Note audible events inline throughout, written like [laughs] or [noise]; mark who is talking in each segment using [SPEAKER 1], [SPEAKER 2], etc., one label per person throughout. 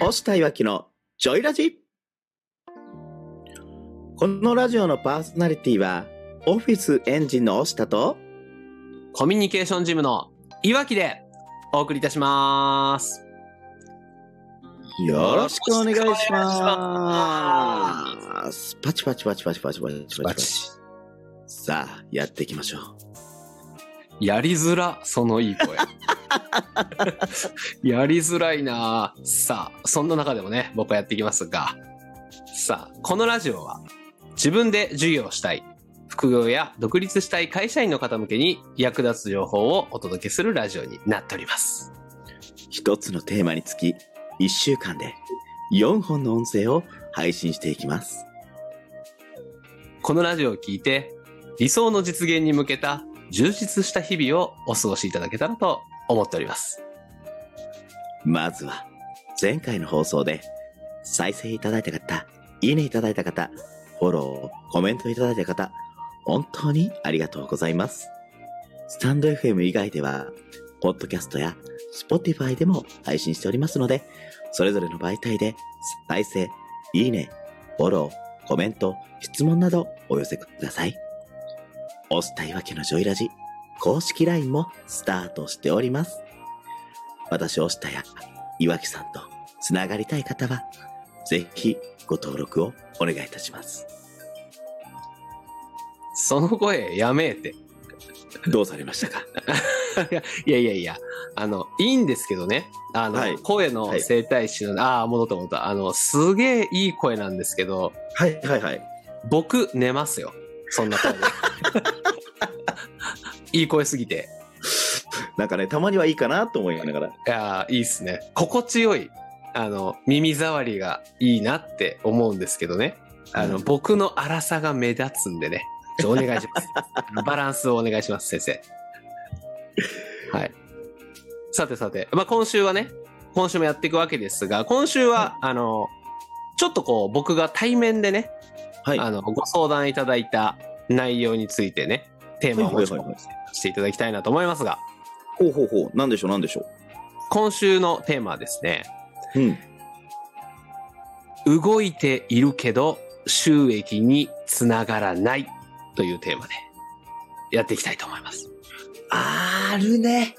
[SPEAKER 1] 押したいわきのジョイラジこのラジオのパーソナリティはオフィスエンジンの押したと
[SPEAKER 2] コミュニケーションジムのいわきでお送りいたします。
[SPEAKER 1] よろしくお願いしますパチパチパチパチパチパチパチパチさあやっていきましょう
[SPEAKER 2] やりづら、そのいい声。 [laughs] やりづらいなあさあ、そんな中でもね、僕はやっていきますが、さあ、このラジオは自分で授業をしたい、副業や独立したい会社員の方向けに役立つ情報をお届けするラジオになっております。
[SPEAKER 1] 一つのテーマにつき1週間で4本の音声を配信していきます
[SPEAKER 2] このラジオを聞いて、理想の実現に向けた充実した日々をお過ごしいただけたらと思っております。
[SPEAKER 1] まずは、前回の放送で、再生いただいた方、いいねいただいた方、フォロー、コメントいただいた方、本当にありがとうございます。スタンド FM 以外では、ポッドキャストや Spotify でも配信しておりますので、それぞれの媒体で、再生、いいね、フォロー、コメント、質問などお寄せください。押したいわけのジョイラジ、公式 LINE もスタートしております。私、押したや、岩木さんとつながりたい方は、ぜひご登録をお願いいたします。
[SPEAKER 2] その声やめえって。
[SPEAKER 1] どうされましたか
[SPEAKER 2] いやいやいや、あの、いいんですけどね。あの、
[SPEAKER 1] はい
[SPEAKER 2] 声の整体師の、ああ、戻った戻った。あの、すげえいい声なんですけど、
[SPEAKER 1] はいはいはい。
[SPEAKER 2] 僕、寝ますよ。そん
[SPEAKER 1] [laughs]
[SPEAKER 2] な声で。いい声すぎて。
[SPEAKER 1] なんかね、たまにはいいかなと思いながら。
[SPEAKER 2] いやーいいっすね。心地よい、あの、耳障りがいいなって思うんですけどね。あの、
[SPEAKER 1] うん
[SPEAKER 2] 僕の荒さが目立つんでね。ちょお願いし
[SPEAKER 1] [laughs]
[SPEAKER 2] ます。あのバランスをお願いします、先生。はい。さてさて、まあ、今週はね、今週もやっていくわけですが、今週は、あの、ちょっとこう、僕が対面でね、
[SPEAKER 1] はい。
[SPEAKER 2] あの、ご相談いただいた内容についてね、テーマを持ち
[SPEAKER 1] はいはい
[SPEAKER 2] 込み
[SPEAKER 1] はい
[SPEAKER 2] していただきたいなと思いますが、
[SPEAKER 1] ほうほうほう。なんでしょうなんでしょ
[SPEAKER 2] 今週のテーマはですね、
[SPEAKER 1] う。うん。
[SPEAKER 2] 動いているけど収益につながらないというテーマでやっていきたいと思います。
[SPEAKER 1] あるね。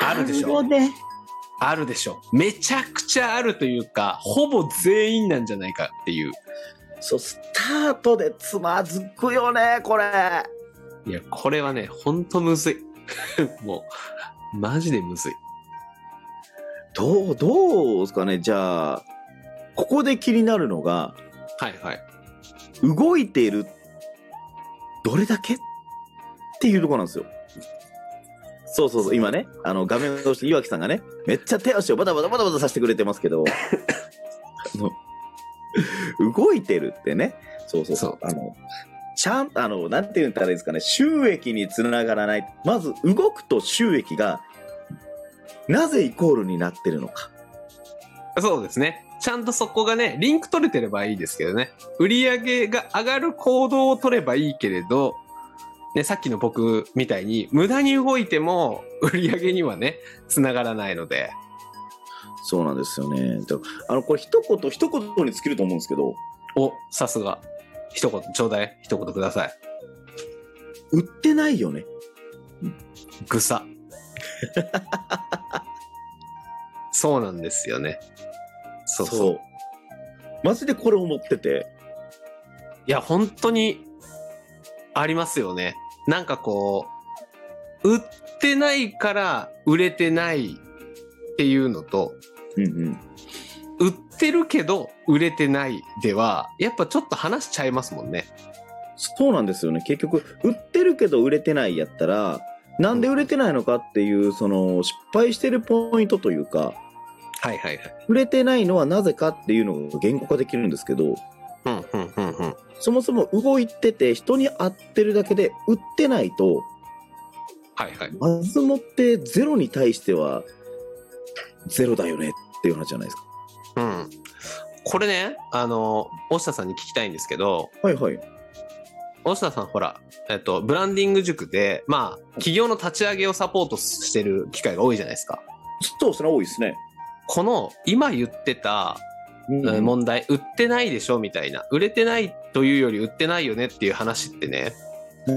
[SPEAKER 2] あるでしょ
[SPEAKER 1] あるよね。
[SPEAKER 2] あるでしょう。めちゃくちゃあるというか、ほぼ全員なんじゃないかっていう。
[SPEAKER 1] そう、スタートでつまずくよね、これ。
[SPEAKER 2] いや、これはね、ほんとむずい。 [laughs] もう、マジでむずい。
[SPEAKER 1] どう、どうですかねじゃあ、ここで気になるのが、
[SPEAKER 2] はいはい。
[SPEAKER 1] 動いているどれだけっていうところなんですよ。そうそうそう、今ね、あの画面を通して岩木さんがね、めっちゃ手足をバタバタバタバタさせてくれてますけ [laughs] ど、あの、動いてるってね、そうそうそう、あの、ちゃんあの、なんて言ったらいいですかね、収益につながらない。まず、動くと収益が、なぜイコールになってるのか。
[SPEAKER 2] そうですね。ちゃんとそこがね、リンク取れてればいいですけどね。売り上げが上がる行動を取ればいいけれど、ね、さっきの僕みたいに、無駄に動いても売り上げにはね、繋がらないので。
[SPEAKER 1] そうなんですよね。だあの、これ一言一言に尽きると思うんですけど、
[SPEAKER 2] お、さすが。一言、ちょうだい。一言ください。
[SPEAKER 1] 売ってないよね。
[SPEAKER 2] ぐさ。そうなんですよね。そうそう。
[SPEAKER 1] う。マジでこれ思ってて。
[SPEAKER 2] いや、本当に、ありますよね。なんかこう、売ってないから売れてないっていうのと、
[SPEAKER 1] うんうん。
[SPEAKER 2] 売ってるけど売れてないでは、やっぱちょっと話しちゃいますもんね。
[SPEAKER 1] そうなんですよね。結局、売ってるけど売れてないやったら、なんで売れてないのかっていう、その、失敗してるポイントというか、
[SPEAKER 2] はいはいはい。
[SPEAKER 1] 売れてないのはなぜかっていうのが言語化できるんですけど、
[SPEAKER 2] うんうんうんうん。
[SPEAKER 1] そもそも動いてて人に合ってるだけで売ってないと、
[SPEAKER 2] はいはい。
[SPEAKER 1] まずもってゼロに対しては、ゼロだよねっていう話じゃないですか。
[SPEAKER 2] うん。これね、あの、押田さんに聞きたいんですけど、
[SPEAKER 1] はいはい。
[SPEAKER 2] 押田さんほら、えっと、ブランディング塾で、まあ、企業の立ち上げをサポートしてる機会が多いじゃないですか。
[SPEAKER 1] そうですね、多いですね。
[SPEAKER 2] この今言ってた
[SPEAKER 1] うん
[SPEAKER 2] 問題、売ってないでしょみたいな。売れてないというより売ってないよねっていう話ってね、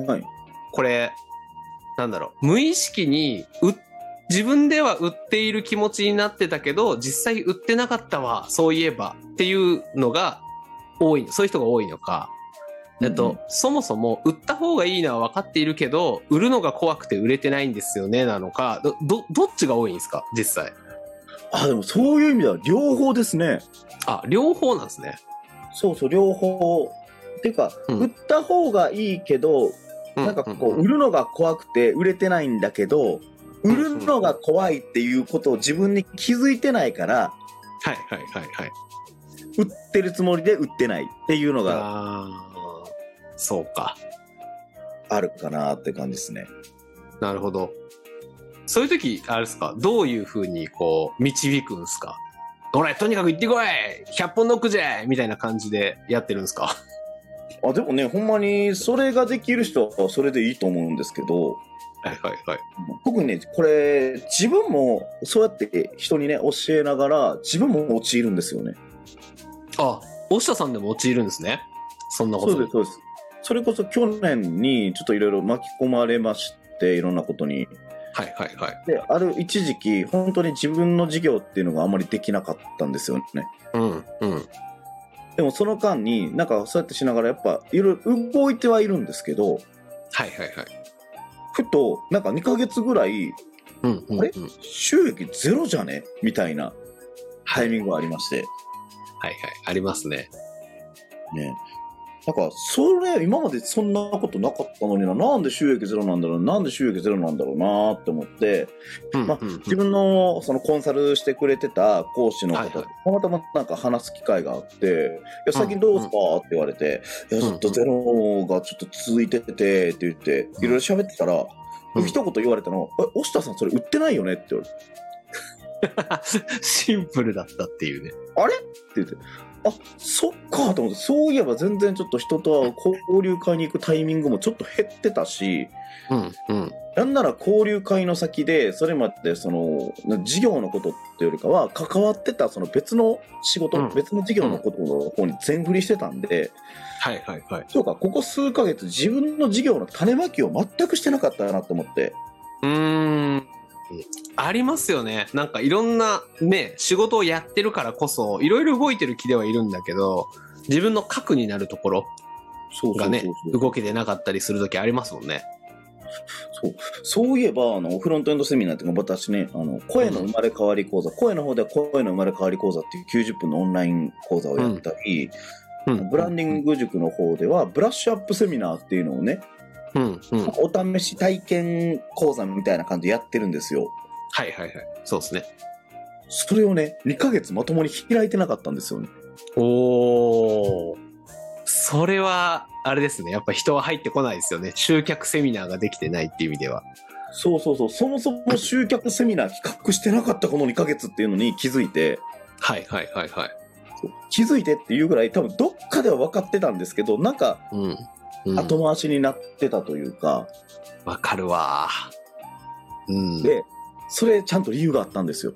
[SPEAKER 1] はい。
[SPEAKER 2] これ、なんだろう、無意識に売っ自分では売っている気持ちになってたけど、実際売ってなかったわ、そういえばっていうのが多い、そういう人が多いのか、えっと、
[SPEAKER 1] うん
[SPEAKER 2] そもそも売った方がいいのは分かっているけど、売るのが怖くて売れてないんですよね、なのか、ど、ど、どっちが多いんですか、実際。
[SPEAKER 1] あ、でもそういう意味では両方ですね。
[SPEAKER 2] あ、両方なんですね。
[SPEAKER 1] そうそう、両方。ていうか、
[SPEAKER 2] うん
[SPEAKER 1] 売った方がいいけど、なんかこう、売るのが怖くて売れてないんだけど、
[SPEAKER 2] ん
[SPEAKER 1] 売るのが怖いっていうことを自分に気づいてないから、
[SPEAKER 2] はいはいはいはい。
[SPEAKER 1] 売ってるつもりで売ってないっていうのが
[SPEAKER 2] ああ、そうか。
[SPEAKER 1] あるかなって感じですね。
[SPEAKER 2] なるほど。そういう時、あれですか、どういうふうにこう、導くんですかほら、とにかく行ってこい !100 本ノックじゃみたいな感じでやってるんですか
[SPEAKER 1] あ、でもね、ほんまにそれができる人はそれでいいと思うんですけど、
[SPEAKER 2] はいはいはい。
[SPEAKER 1] 特にね、これ、自分もそうやって人にね、教えながら、自分も陥るんですよね。
[SPEAKER 2] あ、押下さんでも陥るんですね。そんなこ
[SPEAKER 1] そう
[SPEAKER 2] と
[SPEAKER 1] です、そうです。それこそ去年にちょっといろいろ巻き込まれまして、いろんなことに。
[SPEAKER 2] はいはいはい。
[SPEAKER 1] で、ある一時期、本当に自分の事業っていうのがあまりできなかったんですよね。
[SPEAKER 2] うんうん。
[SPEAKER 1] でもその間に、なんかそうやってしながら、やっぱいろいろ動いてはいるんですけど、
[SPEAKER 2] はいはいはい。
[SPEAKER 1] ふと、なんか2ヶ月ぐらい、
[SPEAKER 2] うんうん、うん。
[SPEAKER 1] あれ収益ゼロじゃねみたいなタイミングがありまして。
[SPEAKER 2] はいはい。ありますね。
[SPEAKER 1] ね。なんか、それ、今までそんなことなかったのにな、なんで収益ゼロなんだろう、なんで収益ゼロなんだろうなって思って、
[SPEAKER 2] うん
[SPEAKER 1] まあ
[SPEAKER 2] うんうん
[SPEAKER 1] 自分のそのコンサルしてくれてた講師の方
[SPEAKER 2] はいは
[SPEAKER 1] と
[SPEAKER 2] い
[SPEAKER 1] たまたまなんか話す機会があって「いや最近どうですか?」って言われて「いや
[SPEAKER 2] うん
[SPEAKER 1] ちょっとゼロがちょっと続いてて」って言っていろいろ喋ってたら、
[SPEAKER 2] うん
[SPEAKER 1] 一言言われたの「え押田さんそれ売ってないよね」って言われて
[SPEAKER 2] シンプルだったっていう
[SPEAKER 1] っ
[SPEAKER 2] ね。
[SPEAKER 1] て言って。あそっかと思ってそういえば全然ちょっと人とは交流会に行くタイミングもちょっと減ってたし
[SPEAKER 2] うんうん。
[SPEAKER 1] なんなら交流会の先でそれまでその事業のことっていうよりかは関わってたその別の仕事、
[SPEAKER 2] うん
[SPEAKER 1] 別の事業のことの方に全振りしてたんで、
[SPEAKER 2] はいはいはい。
[SPEAKER 1] そうかここ数ヶ月自分の事業の種まきを全くしてなかったなと思って
[SPEAKER 2] うーん。ありますよね。なんかいろんなね、仕事をやってるからこそ、いろいろ動いてる気ではいるんだけど、自分の核になるところ
[SPEAKER 1] そうそう
[SPEAKER 2] がね、
[SPEAKER 1] そう
[SPEAKER 2] 動けてなかったりするときありますもんね。
[SPEAKER 1] そうそういえばあのフロントエンドセミナーっていうか私ねあの声の生まれ変わり講座、声の方では声の生まれ変わり講座っていう90分のオンライン講座をやったり、
[SPEAKER 2] うん。
[SPEAKER 1] ブランディング塾の方ではブラッシュアップセミナーっていうのをね
[SPEAKER 2] うん。うん。うん。はい
[SPEAKER 1] お試し体験講座みたいな感じでやってるんですよ。
[SPEAKER 2] はいはい。そうですね。
[SPEAKER 1] それをね、2ヶ月まともに開いてなかったんですよね。
[SPEAKER 2] おー。それは、あれですね。やっぱ人は入ってこないですよね。集客セミナーができてないっていう意味では。
[SPEAKER 1] そうそうそう、そもそも集客セミナー企画してなかったこの2ヶ月っていうのに気づいて、
[SPEAKER 2] はいはいはいはい。
[SPEAKER 1] そう気づいてっていうぐらい多分どっかでは分かってたんですけど、なんか
[SPEAKER 2] うん。うん、
[SPEAKER 1] 後回しになってたというか、
[SPEAKER 2] わかるわ。うん。
[SPEAKER 1] で、それちゃんと理由があったんですよ。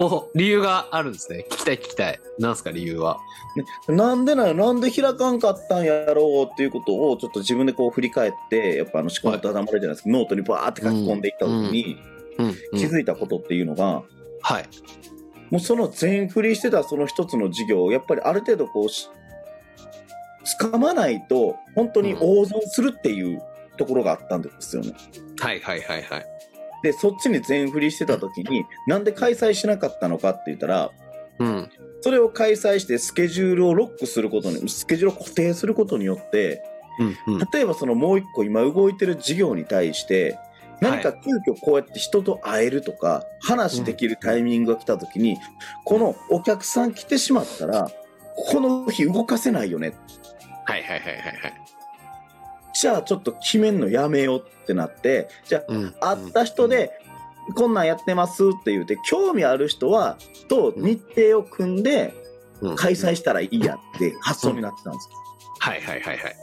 [SPEAKER 2] お、理由があるんですね。聞きたい聞きたい。なんすか理由は。
[SPEAKER 1] なんでなよ、なんで開かんかったんやろうっていうことをちょっと自分でこう振り返って、やっぱあの思考のただまれじゃないですか、ノートにバーって書き込んでいった時に
[SPEAKER 2] うん。
[SPEAKER 1] 気づいたことっていうのが、
[SPEAKER 2] はい。
[SPEAKER 1] もうその全振りしてたその一つの事業をやっぱりある程度こうし掴まないと本当に大損するっていうところがあったんですよね。
[SPEAKER 2] はいはいはいはい。
[SPEAKER 1] でそっちに全振りしてた時になんで開催しなかったのかって言ったら
[SPEAKER 2] うん。
[SPEAKER 1] それを開催してスケジュールをロックすることにスケジュールを固定することによって
[SPEAKER 2] うん、うん。
[SPEAKER 1] 例えばそのもう一個今動いてる事業に対して何か急遽こうやって人と会えるとか話できるタイミングが来た時にこのお客さん来てしまったらこの日動かせないよね
[SPEAKER 2] はいはいはいはいはい。
[SPEAKER 1] じゃあちょっと決めんのやめようってなってじゃ
[SPEAKER 2] うん。
[SPEAKER 1] あ会った人でこんなんやってますって言うて興味ある人はと日程を組んで
[SPEAKER 2] うん
[SPEAKER 1] 開催したらいいやって発想になってたんですよ
[SPEAKER 2] はいはいはいはい。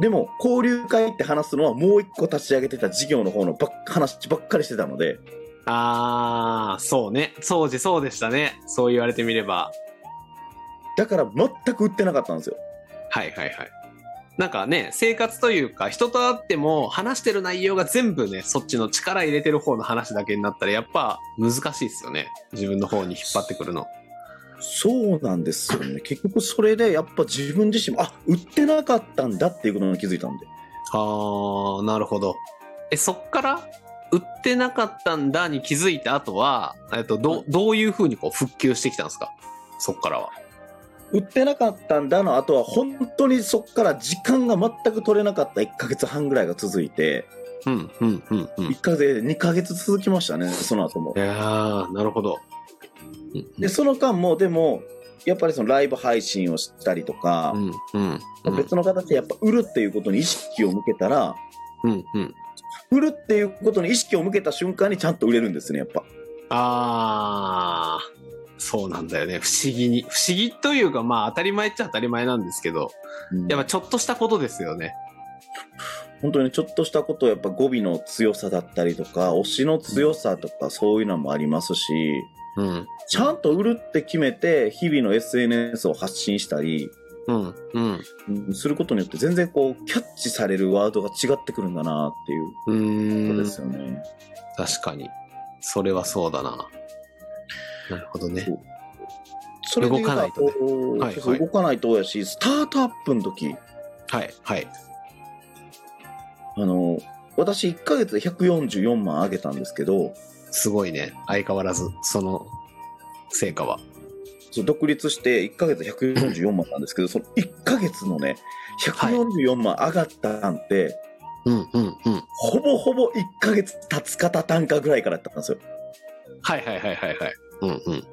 [SPEAKER 1] でも交流会って話すのはもう一個立ち上げてた事業の方のばっ話ばっかりしてたので
[SPEAKER 2] あー、そうね。当時そうでしたね。そう言われてみれば。
[SPEAKER 1] だから全く売ってなかったんですよ。
[SPEAKER 2] はいはいはい。なんかね、生活というか、人と会っても話してる内容が全部ね、そっちの力入れてる方の話だけになったら、やっぱ難しいですよね。自分の方に引っ張ってくるの。
[SPEAKER 1] そうなんですよね。結局それでやっぱ自分自身も、あ、売ってなかったんだっていうことに気づいたんで。
[SPEAKER 2] あー、なるほど。え、そっから、売ってなかったんだに気づいた後は、えっと、ど、どういう風にこう復旧してきたんですかそっからは。
[SPEAKER 1] 売ってなかったんだの後は本当にそっから時間が全く取れなかった1ヶ月半ぐらいが続いて、
[SPEAKER 2] うん、うん、うん、うん。い
[SPEAKER 1] 1ヶ月、2ヶ月続きましたね、その後も。
[SPEAKER 2] やー、なるほど。うん
[SPEAKER 1] で、その間もでも、やっぱりそのライブ配信をしたりとか
[SPEAKER 2] う、ん、うん、うん。
[SPEAKER 1] 別の形でやっぱ売るっていうことに意識を向けたら、
[SPEAKER 2] うん、うん。
[SPEAKER 1] 売るっていうことに意識を向けた瞬間にちゃんと売れるんですね、やっぱ。
[SPEAKER 2] ああ、そうなんだよね。不思議に。不思議というか、まあ当たり前っちゃ当たり前なんですけど、やっぱちょっとしたことですよね。
[SPEAKER 1] 本当にちょっとしたこと、やっぱ語尾の強さだったりとか、推しの強さとか、そういうのもありますし、
[SPEAKER 2] うん。
[SPEAKER 1] ちゃんと売るって決めて、日々の SNS を発信したり、
[SPEAKER 2] うん、うん。
[SPEAKER 1] うんすることによって全然こう、キャッチされるワードが違ってくるんだなっていう
[SPEAKER 2] う
[SPEAKER 1] こと
[SPEAKER 2] ー
[SPEAKER 1] で
[SPEAKER 2] ん
[SPEAKER 1] すよね。
[SPEAKER 2] 確かに。それはそうだな。なるほどね。
[SPEAKER 1] それで言う
[SPEAKER 2] 動かないとね
[SPEAKER 1] こう
[SPEAKER 2] はい
[SPEAKER 1] そうそう
[SPEAKER 2] はい
[SPEAKER 1] 動かないとやし、スタートアップの時、
[SPEAKER 2] はい、はい。
[SPEAKER 1] あの、私1ヶ月で144万上げたんですけど、
[SPEAKER 2] すごいね。相変わらず、その成果は。
[SPEAKER 1] そう独立して1ヶ月144万なんですけど、その1ヶ月のね、144万上がったなんて、
[SPEAKER 2] うん、うん、うん。
[SPEAKER 1] ほぼほぼ1ヶ月経つか経たんかぐらいからだったんですよ。
[SPEAKER 2] はい、はい、はい、はい、はい。うん、うん。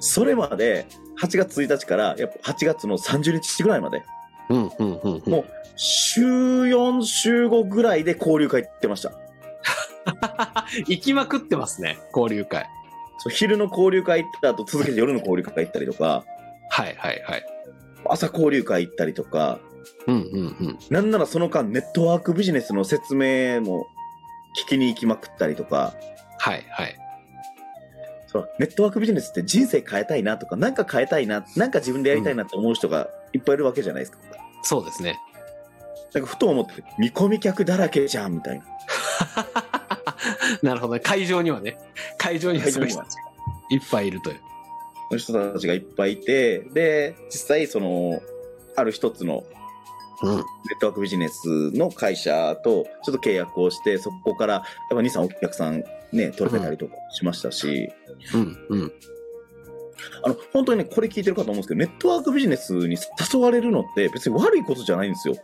[SPEAKER 1] それまで、8月1日から、やっぱ8月の30日ぐらいまで、
[SPEAKER 2] うん、うん、うんうん。
[SPEAKER 1] もう週4、週5ぐらいで交流会行ってました。
[SPEAKER 2] 行きまくってますね。交流会。
[SPEAKER 1] そう昼の交流会行った後、続けて夜の交流会行ったりとか、
[SPEAKER 2] はい、はい、はい。
[SPEAKER 1] 朝交流会行ったりとか、
[SPEAKER 2] うん、うん、うん。
[SPEAKER 1] なんならその間、ネットワークビジネスの説明も聞きに行きまくったりとか、
[SPEAKER 2] はい、はい。
[SPEAKER 1] そうネットワークビジネスって人生変えたいなとか、なんか変えたいな、なんか自分でやりたいなって思う人がいっぱいいるわけじゃないですか。
[SPEAKER 2] そうですね。
[SPEAKER 1] なんかふと思って、見込み客だらけじゃんみたいな。
[SPEAKER 2] [laughs] なるほどね。会場にはね。会場にはそういう人たちがいっぱいいるという。
[SPEAKER 1] その人たちがいっぱいいて、で、実際その、ある一つの
[SPEAKER 2] うん。
[SPEAKER 1] ネットワークビジネスの会社とちょっと契約をして、そこからやっぱ2、3お客さんね、取れてたりとかしましたし、
[SPEAKER 2] うん。うん。
[SPEAKER 1] あの、本当にね、これ聞いてるかと思うんですけど、ネットワークビジネスに誘われるのって別に悪いことじゃないんですよ。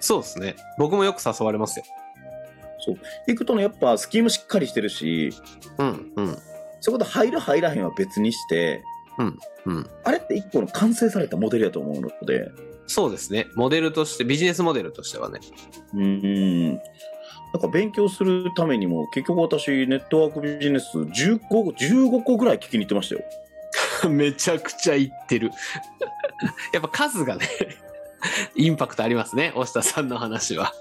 [SPEAKER 2] そうですね。僕もよく誘われますよ。
[SPEAKER 1] 行くとね、やっぱスキームしっかりしてるし、
[SPEAKER 2] うん。うん。
[SPEAKER 1] そこで入る入らへんは別にして、
[SPEAKER 2] うん。
[SPEAKER 1] あれって一個の完成されたモデルやと思うので、
[SPEAKER 2] そうですね。モデルとして、ビジネスモデルとしてはね。
[SPEAKER 1] うん。なんか勉強するためにも、結局私、ネットワークビジネス15個、15個ぐらい聞きに行ってましたよ。
[SPEAKER 2] めちゃくちゃ言ってる。 [laughs] やっぱ数がね、 [laughs] インパクトありますね。押田さんの話は。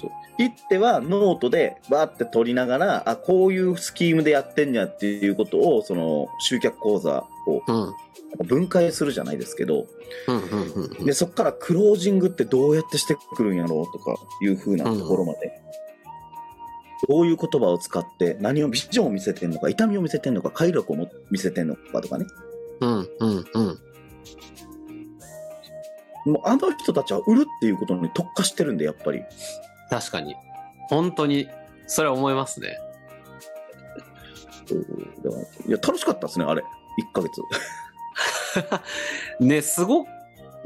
[SPEAKER 1] そう行ってはノートでバーって取りながら、あ、こういうスキームでやってんやっていうことを、その集客講座を
[SPEAKER 2] うん。うん。
[SPEAKER 1] 分解するじゃないですけど、
[SPEAKER 2] うん。うん。
[SPEAKER 1] で、そこからクロージングってどうやってしてくるんやろうとかいう風なところまで。どういう言葉を使って、何をビジョンを見せてんのか、痛みを見せてんのか、快楽をも見せてんのかとかね。
[SPEAKER 2] うん。うん。うん。
[SPEAKER 1] もうあの人たちは売るっていうことに特化してるんで、やっぱり。
[SPEAKER 2] 確かに。本当に、それは思いますね。
[SPEAKER 1] そうだからいや、楽しかったですね、あれ。1ヶ月。 [laughs]
[SPEAKER 2] ね、すご、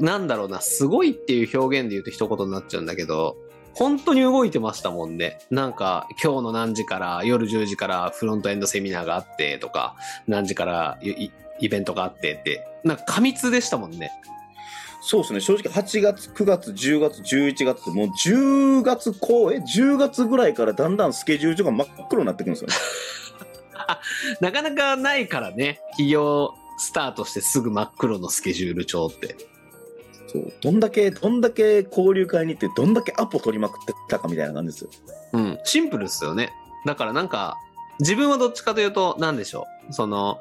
[SPEAKER 2] なんだろうな、すごいっていう表現で言うと一言になっちゃうんだけど、本当に動いてましたもんね。なんか、今日の何時から、夜10時からフロントエンドセミナーがあってとか、何時からイイイベントがあってって、なんか過密でしたもんね。
[SPEAKER 1] そうですね、正直8月、9月、10月、11月、もう10月後、え、10月ぐらいからだんだんスケジュール上が真っ黒になってくるんですよね。
[SPEAKER 2] なかなかないからね、企業スタートしてすぐ真っ黒のスケジュール帳って。
[SPEAKER 1] そう。どんだけ、どんだけ交流会に行って、どんだけアポ取りまくってたかみたいな感じですよ。
[SPEAKER 2] うん、シンプルですよね。だからなんか、自分はどっちかというと、なんでしょう。その、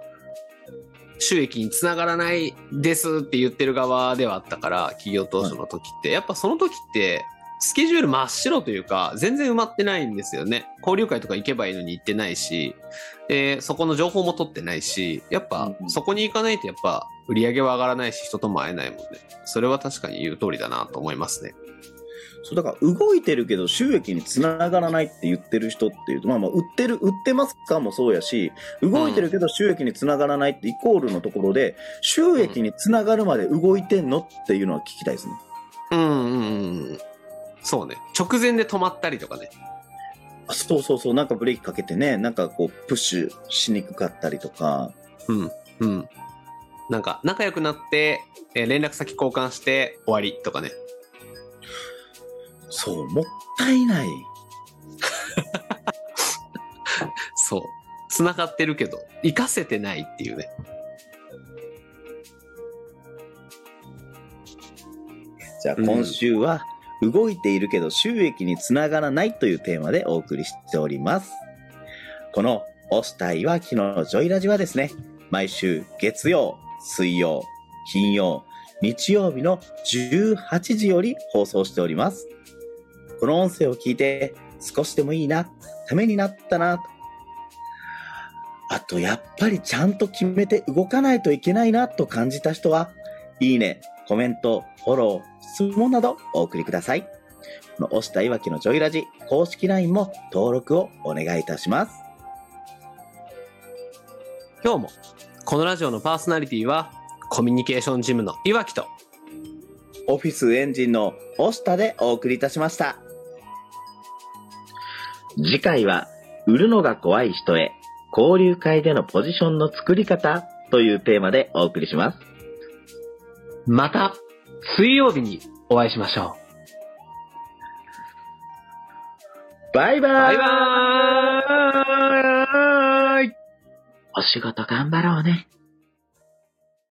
[SPEAKER 2] 収益につながらないですって言ってる側ではあったから、企業当初の時って、やっぱその時って、スケジュール真っ白というか、全然埋まってないんですよね。交流会とか行けばいいのに行ってないし、で、そこの情報も取ってないし、やっぱ
[SPEAKER 1] うん
[SPEAKER 2] そこに行かないとやっぱ売り上げは上がらないし、人とも会えないもんね。それは確かに言う通りだなと思いますね。
[SPEAKER 1] そうだから動いてるけど収益につながらないって言ってる人っていうとまあまあ売ってる売ってますかもそうやし動いてるけど収益につながらないってイコールのところで収益につながるまで動いてんのっていうのは聞きたいですね。
[SPEAKER 2] うんうんうんうん。そうね。直前で止まったりとかね。
[SPEAKER 1] あそうそうそうなんかブレーキかけてねなんかこうプッシュしにくかったりとか
[SPEAKER 2] うん。うん。なんか、仲良くなって、えー連絡先交換して終わりとかね。
[SPEAKER 1] そうもったいない
[SPEAKER 2] そう。繋がってるけど、活かせてないっていうね。
[SPEAKER 1] じゃあ今週は動いているけど収益につながらないというテーマでお送りしております。この押したいわきのジョイラジはですね、毎週月曜、水曜、金曜、日曜日の18時より放送しております。この音声を聞いて少しでもいいな、ためになったな、あとやっぱりちゃんと決めて動かないといけないなと感じた人は、いいね、コメント、フォロー、質問などお送りください。この押したいわきのジョイラジ公式 LINE も登録をお願いいたします。
[SPEAKER 2] 今日も、このラジオのパーソナリティは、コミュニケーションジムのいわきと、
[SPEAKER 1] オフィスエンジンの押したでお送りいたしました。次回は、売るのが怖い人へ、交流会でのポジションの作り方というテーマでお送りします。
[SPEAKER 2] また、水曜日にお会いしましょ
[SPEAKER 1] バイバ
[SPEAKER 2] う。バ
[SPEAKER 1] イ
[SPEAKER 2] イバーイ
[SPEAKER 1] お仕事頑張ろうね。